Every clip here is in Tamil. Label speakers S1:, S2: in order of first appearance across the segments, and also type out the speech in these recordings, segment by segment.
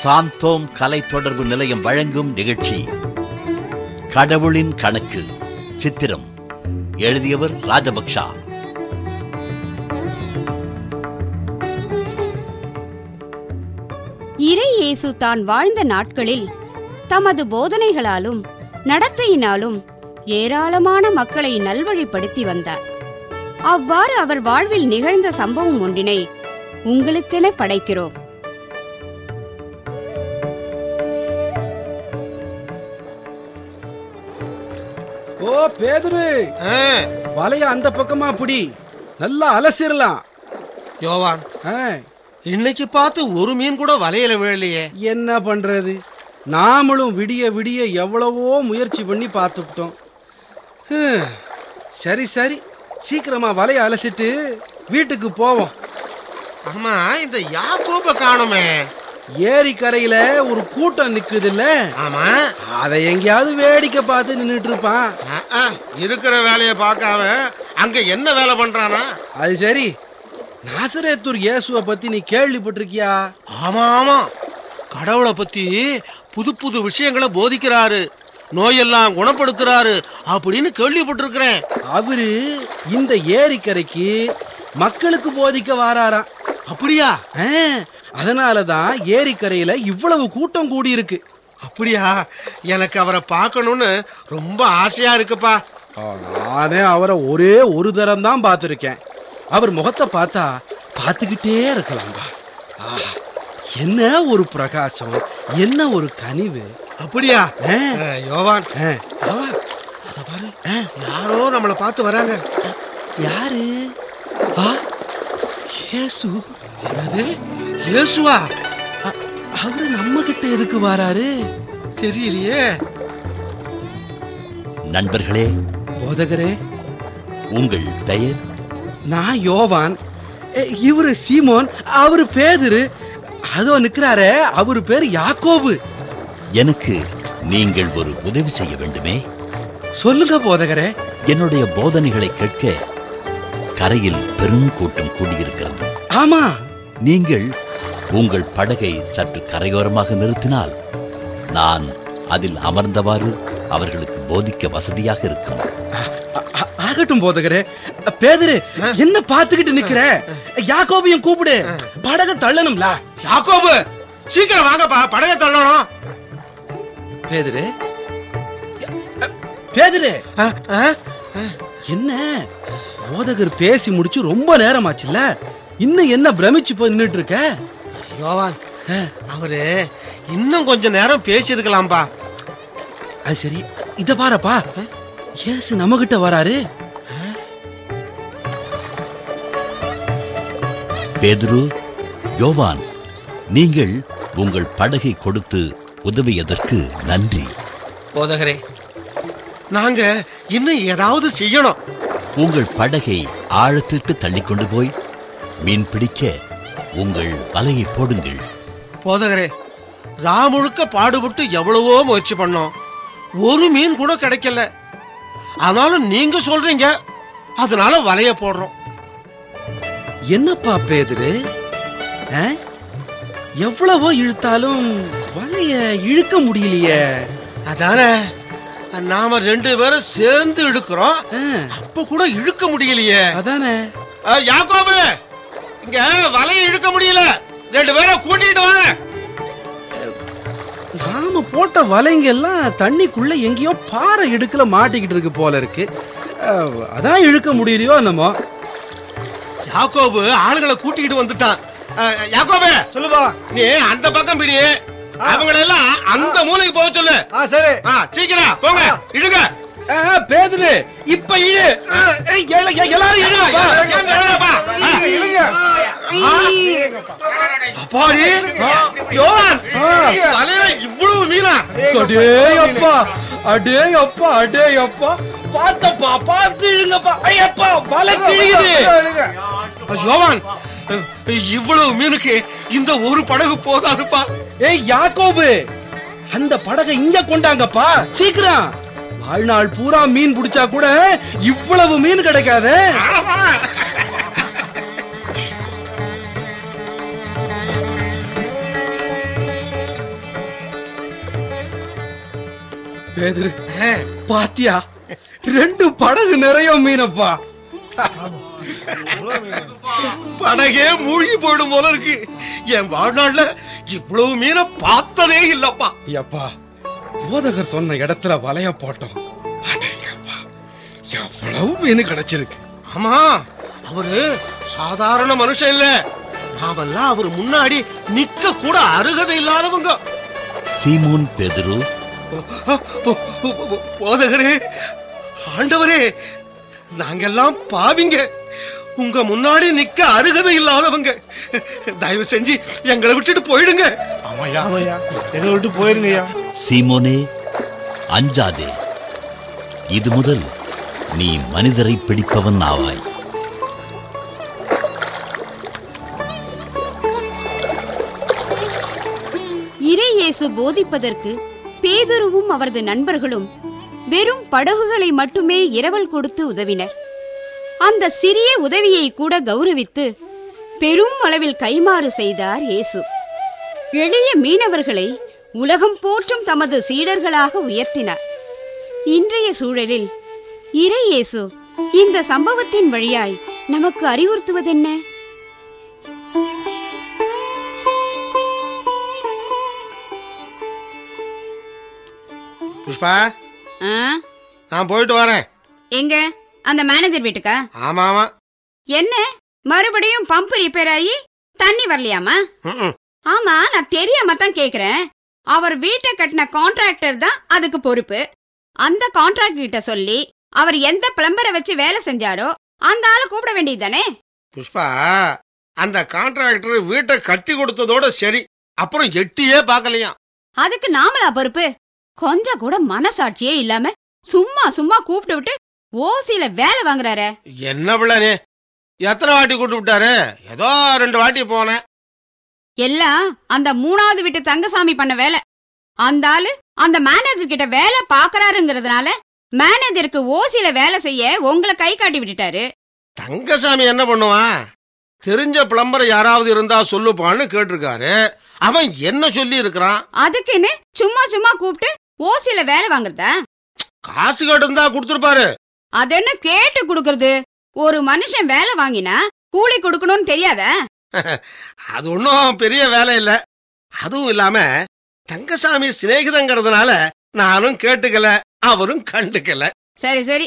S1: சாந்தோம் கலை தொடர்பு நிலையம் வழங்கும் நிகழ்ச்சி கடவுளின் கணக்கு சித்திரம் எழுதியவர் ராஜபக்ஷா
S2: இறை இயேசு தான் வாழ்ந்த நாட்களில் தமது போதனைகளாலும் நடத்தையினாலும் ஏராளமான மக்களை நல்வழிப்படுத்தி வந்தார் அவ்வாறு அவர் வாழ்வில் நிகழ்ந்த சம்பவம் ஒன்றினை உங்களுக்கென படைக்கிறோம்
S3: ஓ பேதுரு
S4: ஆ,
S3: வலைய அந்த பக்கமா பிடி நல்லா அலசிரலாம்
S4: யோவான்
S3: ஆ,
S4: இன்னைக்கு பார்த்து ஒரு மீன் கூட வலையில விழலையே
S3: என்ன பண்றது நாமளும் விடிய விடிய எவ்வளவோ முயற்சி பண்ணி பார்த்துக்கிட்டோம் ஹம், சரி சரி சீக்கிரமா வலைய அலசிட்டு வீட்டுக்கு போவோம்
S4: ஆமா இந்த யாக்கோப காணுமே
S3: ஏரிக்கரையில ஒரு கூட்டம் நிக்குதுல்ல
S4: ஆமா
S3: அதை எங்கேயாவது வேடிக்கை பார்த்து நின்றுட்டு இருப்பான்
S4: ஆ, ஆ, இருக்கிற வேலையை பார்க்காம அங்க என்ன வேலை பண்றானா
S3: அது சரி நாசரேத்தூர் இயேசுவை பத்தி நீ கேள்விப்பட்டிருக்கியா
S4: ஆமா ஆமா கடவுளை பத்தி புது புது விஷயங்களை போதிக்கிறாரு நோயெல்லாம் குணப்படுத்துறாரு அப்படின்னு கேள்விப்பட்டிருக்கிறேன்
S3: அவரு இந்த ஏரிக்கரைக்கு மக்களுக்கு போதிக்க வாராராம்
S4: அப்படியா
S3: ஆ, அதனால தான் ஏரிக்கரையில இவ்வளவு கூட்டம் கூடியிருக்கு
S4: அப்படியா எனக்கு அவரை பார்க்கணும்னு ரொம்ப ஆசையா இருக்குப்பா
S3: நானே அவரை ஒரே ஒரு தரம் தான் பார்த்துருக்கேன் அவர் முகத்தை பார்த்தா பார்த்துக்கிட்டே இருக்கலாம்பா ஆஹா, என்ன ஒரு பிரகாசம் என்ன ஒரு கனிவு
S4: அப்படியா
S3: ஆ,
S4: ஆ, யோவான்
S3: ஆ,
S4: யோவான் அத பாரு யாரோ நம்மளை பார்த்து வராங்க
S3: யாரு ஆ, இயேசு
S4: என்னது இயேசுவா
S3: அ- அவரு நம்ம கிட்ட எதுக்கு வராரு
S4: தெரியலையே
S1: நண்பர்களே
S3: போதகரே
S1: உங்கள் பெயர்
S3: நான் யோவான் எ, இவரு சீமோன் அவரு பேதுரு அதோ நிக்கிறாரே அவரு பேர் யாக்கோபு
S1: எனக்கு நீங்கள் ஒரு உதவி செய்ய வேண்டுமே
S3: சொல்லுங்க போதகரே
S1: என்னுடைய போதனைகளை கேட்க கரையில் பெருங்கூட்டம் கூடியிருக்கிறது
S3: ஆமா
S1: நீங்கள் உங்கள் படகை சற்று கரையோரமாக நிறுத்தினால் நான் அதில் அமர்ந்தவாறு அவர்களுக்கு போதிக்க வசதியாக இருக்கும்
S3: ஆ- ஆ- ஆகட்டும் போதகரே பேதுரு என்ன பார்த்துக்கிட்டு நிக்கிற யாக்கோபையும் கூப்பிடு படக தள்ளணும்ல
S4: யாக்கோபு சீக்கிரம் வாங்கப்பா படகை தள்ளணும்
S3: பேதுரு பேதுரு
S4: ஆ, ஆ, ஆ.
S3: என்ன போதகர் பேசி முடிச்சு ரொம்ப நேரம் ஆச்சுல்ல இன்னும் என்ன பிரமிச்சு போய் நின்னுட்டு இருக்க
S4: யோவான்
S3: ஆ,
S4: அவரு இன்னும் கொஞ்ச நேரம் பேசியிருக்கலாம்பா
S3: அது சரி இத பாரப்பா ஏசு நம்மகிட்ட வராரு
S1: பேதுரு யோவான் நீங்கள் உங்கள் படகை கொடுத்து உதவியதற்கு நன்றி
S4: போதகரே நாங்க இன்னும் ஏதாவது செய்யணும்
S1: உங்கள் படகை ஆழத்திற்கு தள்ளிக்கொண்டு போய் மீன் பிடிக்க உங்கள் வலையை போடுங்கள்
S4: போதகரே ராமுழுக்க பாடுபட்டு எவ்வளவோ முயற்சி பண்ணோம் ஒரு மீன் கூட கிடைக்கல ஆனாலும் நீங்க சொல்றீங்க அதனால வலைய போடுறோம்
S3: என்னப்பா பேதுரு ஆ? எவ்வளவோ இழுத்தாலும் வலைய இழுக்க முடியலையே
S4: அதானே நாம ரெண்டு பேரும் சேர்ந்து இழுக்கிறோம்
S3: ஆ,
S4: அப்ப கூட இழுக்க முடியலையே
S3: அதானே
S4: அஹ், யாக்கோபு இங்க வலையை இழுக்க முடியல ரெண்டு பேரும் கூட்டிட்டு வாங்க
S3: நாம போட்ட வலைங்க எல்லாம் தண்ணிக்குள்ள எங்கேயோ பாறை இடுக்குல மாட்டிக்கிட்டு இருக்கு போல இருக்கு ஆ, அதான் இழுக்க முடியலையோ என்னமோ
S4: யாக்கோபு ஆளுங்களை கூட்டிட்டு வந்துட்டான் அஹ், யாக்கோபு
S5: சொல்லுப்பா
S4: நீ அந்த பக்கம் பிடி அவங்கள எல்லாம் அந்த மூலைக்கு போக சொல்லு
S5: ஆ சரி
S4: ஆ, சீக்கிரம் போங்க இழுங்க
S3: ஆ, பேதுரு இப்ப இழு ஆ, ஏய், எல- எ- எல்லாரும் இழு
S4: இழுங்க, இழுங்க, சேர்ந்து இழுங்கப்பா. ஆ.
S5: இல்லைங்க
S4: ஆ. அப்பாடி ஆ, யோவான்
S3: ஆ.
S4: தலையில இவ்வளவு மீனா
S3: அடே அப்பா அடே அப்பா அடே அப்பா பார்த்தப்பா பார்த்து இழுங்கப்பா ஐயப்பா வலை கிழியுது
S4: யோவான் இவ்வளவு மீனுக்கு இந்த ஒரு படகு போதாதுப்பா
S3: ஏய் யாக்கோபு அந்த படகை இங்க கொண்டாங்கப்பா சீக்கிரம் வாழ்நாள் பூரா மீன் பிடிச்சா கூட இவ்வளவு மீன் கிடைக்காதே பேதுரு பாத்தியா ரெண்டு படகு நிறைய மீனப்பா
S4: படகே மூழ்கி போயிடும் போல இருக்கு என் வாழ்நாள்ல இவ்வளவு மீனை பார்த்ததே இல்லப்பா
S3: ஐயப்பா போதகர் சொன்ன இடத்துல வலைய போட்டோம் அடேங்கப்பா, எவ்வளவு மீன் கிடைச்சிருக்கு
S4: ஆமா அவரு சாதாரண மனுஷன் இல்ல நாமெல்லாம் அவர் முன்னாடி நிக்க கூட அருகதை இல்லாதவங்க
S1: சீமோன் பேதுரு
S4: போ- போ- போதகரே ஆண்டவரே நாங்கெல்லாம் பாவிங்க உங்க முன்னாடி நிக்க அருகதை இல்லாதவங்க தயவு செஞ்சு எங்களை விட்டுட்டு போயிடுங்க
S5: ஆமாய்யா ஆமாய்யா எங்களை விட்டு போயிருங்கய்யா
S1: சீமோனே அஞ்சாதே இது முதல் நீ மனிதரை பிடிப்பவன் ஆவாய்
S2: இறை இயேசு போதிப்பதற்கு பேதுருவும் அவரது நண்பர்களும் வெறும் படகுகளை மட்டுமே இரவல் கொடுத்து உதவினர் அந்த சிறிய உதவியை கூட கௌரவித்து பெரும் அளவில் கைமாறு செய்தார் இயேசு எளிய மீனவர்களை உலகம் போற்றும் தமது சீடர்களாக உயர்த்தினார் இன்றைய சூழலில் இறை இயேசு இந்த சம்பவத்தின் வழியாய் நமக்கு அறிவுறுத்துவதென்ன
S4: புஷ்பா
S2: ஆ?
S4: நான் போயிட்டு வரேன்
S2: எங்க அந்த மேனேஜர் வீட்டுக்கா
S4: ஆமா ஆமா
S2: என்ன மறுபடியும் பம்ப் ரிப்பேர் ஆகி தண்ணி வரலையாமா
S4: ம்ம்.
S2: ஆமா நான் தெரியாம தான் கேக்குறேன் அவர் வீட்டை கட்டின கான்ட்ராக்டர் தான் அதுக்கு பொறுப்பு அந்த கான்ட்ராக்ட் கிட்ட சொல்லி அவர் எந்த பிளம்பரை வச்சு வேலை செஞ்சாரோ அந்த ஆளை கூப்பிட வேண்டியதுதானே
S4: புஷ்பா அந்த கான்ட்ராக்டர் வீட்டை கட்டி கொடுத்ததோட சரி அப்புறம் எட்டியே பார்க்கலையா
S2: அதுக்கு நாமளா பொறுப்பு கொஞ்சம் கூட மனசாட்சியே இல்லாம சும்மா சும்மா கூப்பிட்டு விட்டு ஓசியில வேலை வாங்குறாரே
S4: என்ன பிள்ளானே எத்தனை வாட்டி கூட்டு விட்டாரு ஏதோ ரெண்டு வாட்டி போனேன்
S2: எல்லாம் அந்த மூணாவது வீட்டு தங்கசாமி பண்ண வேலை அந்த ஆளு அந்த மேனேஜர் கிட்ட வேலை பாக்குறாருங்கிறதுனால மேனேஜருக்கு ஓசில வேலை செய்ய உங்களை கை காட்டி விட்டுட்டாரு
S4: தங்கசாமி என்ன பண்ணுவான் தெரிஞ்ச பிளம்பர் யாராவது இருந்தா சொல்லுப்பான்னு கேட்டிருக்காரு அவன் என்ன சொல்லி இருக்கிறான்
S2: அதுக்குன்னு சும்மா சும்மா கூப்பிட்டு ஓசில வேலை வாங்குறதா
S4: காசு கேட்டிருந்தா கொடுத்துருப்பாரு
S2: அது என்ன கேட்டு கொடுக்கறது ஒரு மனுஷன் வேலை வாங்கினா கூலி கொடுக்கணும்னு தெரியாதா
S4: அது ஒன்றும் பெரிய வேலை இல்லை அதுவும் இல்லாம தங்கசாமி சிநேகிதங்கிறதுனால நானும் கேட்டுக்கல அவரும் கண்டுக்கல
S2: சரி சரி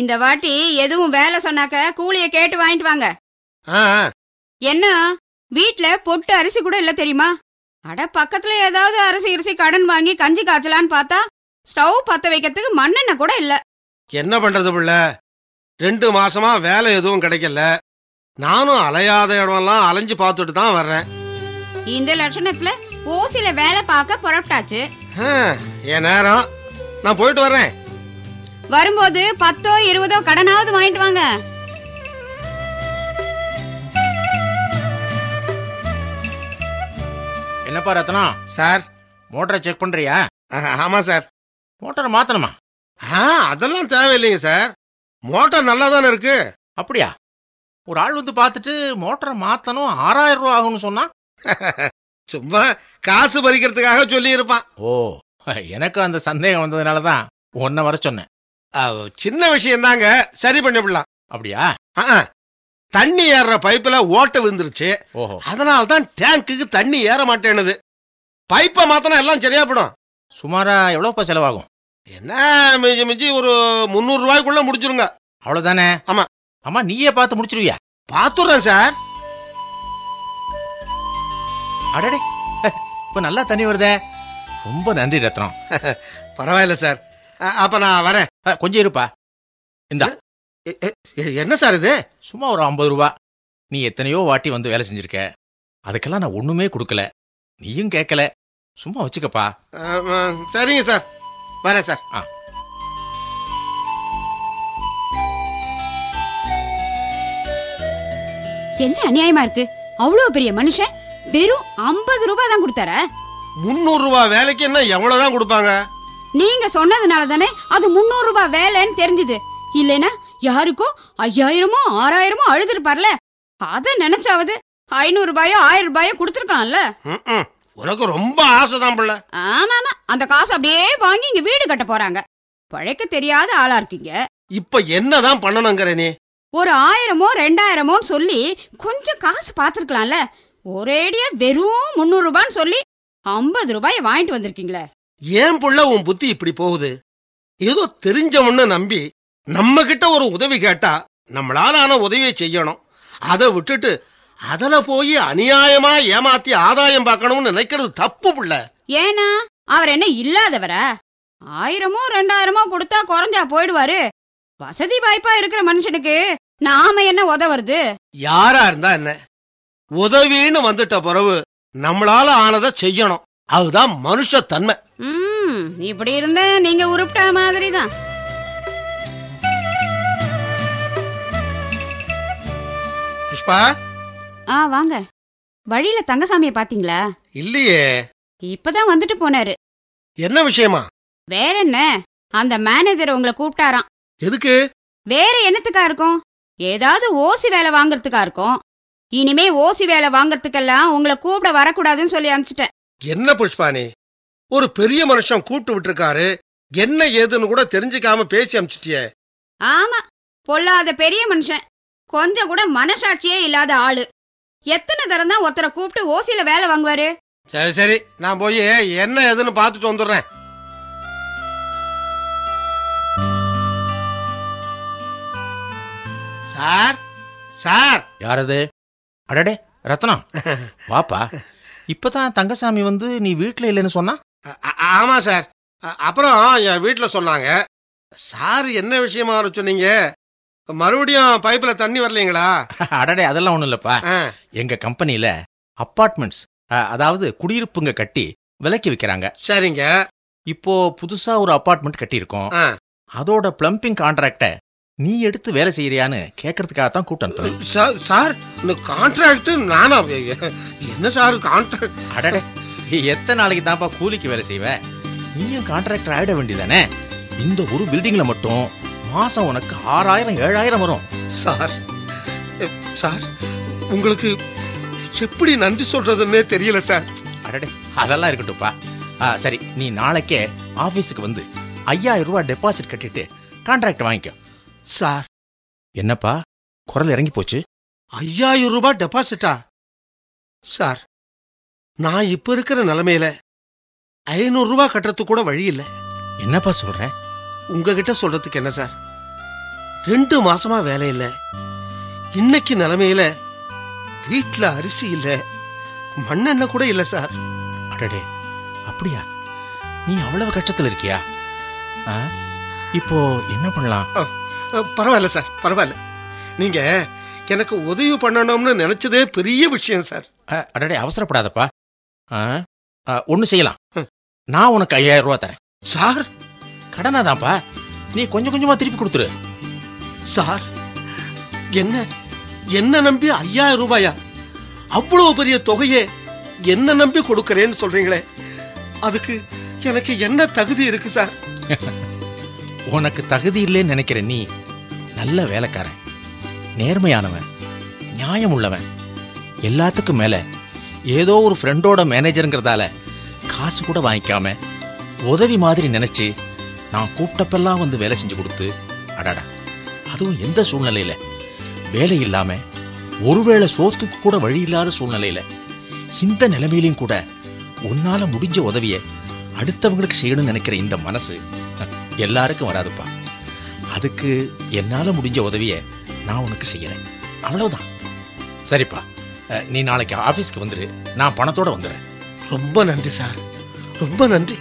S2: இந்த வாட்டி எதுவும் வேலை சொன்னாக்க கூலிய கேட்டு வாங்கிட்டு வாங்க
S4: ஆ ஆ.
S2: என்ன வீட்ல பொட்டு அரிசி கூட இல்ல தெரியுமா அட பக்கத்துல ஏதாவது அரிசி அரிசி கடன் வாங்கி கஞ்சி காய்ச்சலான்னு பார்த்தா ஸ்டவ் பத்த வைக்கிறதுக்கு மண்ணெண்ணெய் கூட இல்ல
S4: என்ன பண்றது பிள்ள ரெண்டு மாசமா வேலை எதுவும் கிடைக்கல நானும் அலையாத இடமெல்லாம் அலைஞ்சு பார்த்துட்டு தான் வர்றேன்
S2: இந்த லட்சணத்துல ஓசில வேலை பார்க்க புறப்பட்டாச்சு
S4: ஆ, என் நேரம் நான் போயிட்டு வர்றேன்
S2: வரும்போது பத்தோ இருபதோ கடனாவது வாங்கிட்டு வாங்க
S5: என்னப்பா ரத்னம்
S4: சார்
S5: மோட்டரை செக் பண்றியா
S4: ஆ, ஆமா சார்
S5: மோட்டரை மாத்தணுமா
S4: ஆ அதெல்லாம் தேவையில்லைங்க சார் மோட்டார் நல்லா தானே இருக்கு
S5: அப்படியா ஒரு ஆள் வந்து பார்த்துட்டு மோட்டரை மாத்தணும் ஆறாயிரம் ரூபா ஆகும்னு சொன்னா
S4: சும்மா காசு பறிக்கிறதுக்காக சொல்லி இருப்பான்
S5: ஓ எனக்கு அந்த சந்தேகம் வந்ததுனால தான் உன்னை வர சொன்னேன்
S4: சின்ன விஷயம் தாங்க சரி பண்ணிவிடலாம்
S5: அப்படியா
S4: ஆ, ஆ. தண்ணி ஏறுற பைப்பில் ஓட்டை விழுந்துருச்சு
S5: ஓஹோ
S4: அதனால தான் டேங்குக்கு தண்ணி ஏற மாட்டேனுது பைப்பை மாத்தினா எல்லாம் சரியா போடும்
S5: சுமாரா எவ்வளோப்பா செலவாகும்
S4: என்ன மிஞ்சி மிஞ்சி ஒரு முந்நூறு ரூபாய்க்குள்ள முடிச்சிருங்க
S5: அவ்வளோதானே
S4: ஆமா.
S5: ஆமா நீயே பார்த்து முடிச்சிருவியா
S4: பாத்துறேன் சார்
S5: அடடே இப்போ நல்லா தண்ணி வருதே ரொம்ப நன்றி ரத்னம்
S4: பரவாயில்ல சார் அ- அப்ப நான் வரேன்
S5: அஹ், கொஞ்சம் இருப்பா
S4: எ- எ- எ- என்ன சார் இது
S5: சும்மா ஒரு ஐம்பது ரூபா நீ எத்தனையோ வாட்டி வந்து வேலை செஞ்சிருக்க அதுக்கெல்லாம் நான் ஒண்ணுமே கொடுக்கல நீயும் கேட்கல சும்மா வச்சுக்கப்பா
S4: அ, அ, சரிங்க சார் வரேன் சார்
S5: ஆ.
S2: என்ன அநியாயமா இருக்கு அவ்வளவு பெரிய மனுஷன் வெறும் ஐம்பது ரூபாய் தான் கொடுத்தாரா
S4: முந்நூறு ரூபாய் வேலைக்கு என்ன எவ்வளவுதான் கொடுப்பாங்க
S2: நீங்க சொன்னதுனால தானே அது முந்நூறு ரூபாய் வேலைன்னு தெரிஞ்சது இல்லைனா யாருக்கோ ஐயாயிரமோ ஆறாயிரமோ அழுதுருப்பார்ல அத நினைச்சாவது ஐநூறு ரூபாயோ ஆயிரம் ரூபாயோ கொடுத்துருக்கலாம்ல
S4: ம்ம். உனக்கு ரொம்ப ஆசைதான் பிள்ளை
S2: ஆமாமா அந்த காசு அப்படியே வாங்கி இங்க வீடு கட்ட போறாங்க பழைக்க தெரியாத ஆளா இருக்கீங்க
S4: இப்ப என்னதான் பண்ணணுங்கிற நீ
S2: ஒரு ஆயிரமோ ரெண்டாயிரமோன்னு சொல்லி கொஞ்சம் காசு பார்த்துருக்கலாம்ல ஒரேடியா வெறும் முந்நூறு ரூபான்னு சொல்லி ஐம்பது ரூபாயை வாங்கிட்டு வந்திருக்கீங்களே
S4: ஏன் புள்ள உன் புத்தி இப்படி போகுது ஏதோ தெரிஞ்சவன்னு நம்பி நம்ம கிட்ட ஒரு உதவி கேட்டா நம்மளால ஆன உதவியை செய்யணும் அதை விட்டுட்டு அதுல போய் அநியாயமா ஏமாத்தி ஆதாயம் பார்க்கணும்னு நினைக்கிறது தப்பு புள்ள
S2: ஏன்னா அவர் என்ன இல்லாதவரா ஆயிரமோ ரெண்டாயிரமோ கொடுத்தா குறைஞ்சா போயிடுவாரு வசதி வாய்ப்பா இருக்கிற மனுஷனுக்கு நாம என்ன உதவுறது
S4: யாரா இருந்தா என்ன உதவின்னு வந்துட்ட பிறகு நம்மளால ஆனதை செய்யணும் அதுதான் மனுஷத்தன்மை
S2: ம் இப்படி இருந்தா நீங்க உருப்பிட்ட மாதிரி தான்
S4: புஷ்பா
S2: ஆ வாங்க வழியில தங்கசாமியை பாத்தீங்களா
S4: இல்லையே
S2: இப்பதான் வந்துட்டு போனாரு
S4: என்ன விஷயமா
S2: வேற என்ன அந்த மேனேஜர் உங்களை கூப்பிட்டாராம்
S4: எதுக்கு
S2: வேற என்னத்துக்கா இருக்கும் ஏதாவது ஓசி வேலை வாங்குறதுக்கா இருக்கும் இனிமே ஓசி வேலை வாங்குறதுக்கெல்லாம் உங்களை கூப்பிட வரக்கூடாதுன்னு சொல்லி அனுப்பிச்சிட்டேன்
S4: என்ன புஷ்பா நீ ஒரு பெரிய மனுஷன் கூப்பிட்டு விட்டுருக்காரு என்ன ஏதுன்னு கூட தெரிஞ்சுக்காம பேசி அமிச்சிட்டியே
S2: ஆமா பொல்லாத பெரிய மனுஷன் கொஞ்சம் கூட மனசாட்சியே இல்லாத ஆளு எத்தனை தரம் தான் ஒருத்தரை கூப்பிட்டு ஓசியில வேலை வாங்குவாரு
S4: சரி சரி நான் போய் என்ன ஏதுன்னு பார்த்துட்டு வந்துடுறேன் சார் சார்
S5: யாரது அடடே ரத்னா வாப்பா இப்பதான் தங்கசாமி வந்து நீ வீட்ல இல்லைன்னு சொன்னா
S4: ஆ- ஆ- ஆமா சார் அ- அப்புறம் என் வீட்டில் சொன்னாங்க சார் என்ன விஷயமா வர சொன்னீங்க மறுபடியும் பைப்பில் தண்ணி வரலீங்களா
S5: அடடே அதெல்லாம் ஒண்ணும் இல்லப்பா
S4: ஆ,
S5: எங்க கம்பெனில அப்பார்ட்மெண்ட்ஸ் அ- அதாவது குடியிருப்புங்க கட்டி விலைக்கு விக்கிறாங்க
S4: சரிங்க
S5: இப்போ புதுசா ஒரு அப்பார்ட்மெண்ட் கட்டியிருக்கோம்
S4: ஆ.
S5: அதோட பிளம்பிங் கான்ட்ராக்ட நீ எடுத்து வேலை செய்யறியான்னு கேட்கறதுக்காக தான் கூட்டம் அனுப்புறேன்
S4: சார் சார் இந்த கான்ட்ராக்ட் நானா என்ன சார் கான்ட்ராக்ட்
S5: அடடே எத்தனை நாளைக்கு தான்ப்பா கூலிக்கு வேலை செய்வ நீயும் கான்ட்ராக்டர் ஆயிட வேண்டியதானே இந்த ஒரு பில்டிங்ல மட்டும் மாசம் உனக்கு ஆறாயிரம் ஏழாயிரம் வரும்
S4: சார் சார் உங்களுக்கு எப்படி நன்றி சொல்றதுன்னே தெரியல சார்
S5: அடடே அதெல்லாம் இருக்கட்டும்ப்பா ஆ, சரி நீ நாளைக்கே ஆபீஸுக்கு வந்து ஐயாயிரம் ரூபாய் டெபாசிட் கட்டிட்டு கான்ட்ராக்ட் வாங்கிக்கோ
S4: சார்
S5: என்னப்பா குரல் இறங்கி போச்சு
S4: ஐயாயிரம் ரூபாய் டெபாசிட்டா சார் நான் இப்போ இருக்கிற நிலைமையில ஐநூறு ரூபாய் கட்டுறதுக்கு கூட வழி இல்லை
S5: என்னப்பா சொல்ற
S4: உங்ககிட்ட சொல்றதுக்கு என்ன சார் ரெண்டு மாசமா வேலை இல்லை இன்னைக்கு நிலைமையில வீட்டில் அரிசி இல்லை மண்ணெண்ணெய் கூட இல்லை சார்
S5: அடடே அப்படியா நீ அவ்வளவு கஷ்டத்துல இருக்கியா ஆ, இப்போ என்ன பண்ணலாம்
S4: அஹ், பரவாயில்ல சார் பரவாயில்ல நீங்க எனக்கு உதவி பண்ணணும்னு நினைச்சதே பெரிய விஷயம் சார்
S5: ஆ, அடடே அவசரப்படாதப்பா ஒன்னு செய்யலாம் நான் உனக்கு ஐயாயிரம் ரூபா தரேன்
S4: சார்
S5: கடனாதான்ப்பா நீ கொஞ்சம் கொஞ்சமா திருப்பி கொடுத்துரு
S4: சார் என்ன என்ன நம்பி ஐயாயிரம் ரூபாயா அவ்வளவு பெரிய தொகையை என்ன நம்பி கொடுக்கறேன்னு சொல்றீங்களே அதுக்கு எனக்கு என்ன தகுதி இருக்கு சார்
S5: உனக்கு தகுதி இல்லைன்னு நினைக்கிற நீ நல்ல வேலைக்காரன் நேர்மையானவன் நியாயம் உள்ளவன் எல்லாத்துக்கும் மேல ஏதோ ஒரு ஃப்ரெண்டோட மேனேஜருங்கிறதால காசு கூட வாங்கிக்காம உதவி மாதிரி நினைச்சு நான் கூப்பிட்டப்பெல்லாம் வந்து வேலை செஞ்சு கொடுத்து அடடா அதுவும் எந்த சூழ்நிலையில வேலை இல்லாம ஒருவேளை சோத்துக்கு கூட வழி இல்லாத சூழ்நிலையில இந்த நிலைமையிலும் கூட உன்னால முடிஞ்ச உதவியை அடுத்தவங்களுக்கு செய்யணும்னு நினைக்கிற இந்த மனசு எல்லாருக்கும் வராதுப்பா அதுக்கு என்னால் முடிஞ்ச உதவியை நான் உனக்கு செய்கிறேன் அவ்வளவுதான் சரிப்பா அஹ், நீ நாளைக்கு ஆஃபீஸ்க்கு வந்துரு நான் பணத்தோட வந்துடுறேன்
S4: ரொம்ப நன்றி சார் ரொம்ப நன்றி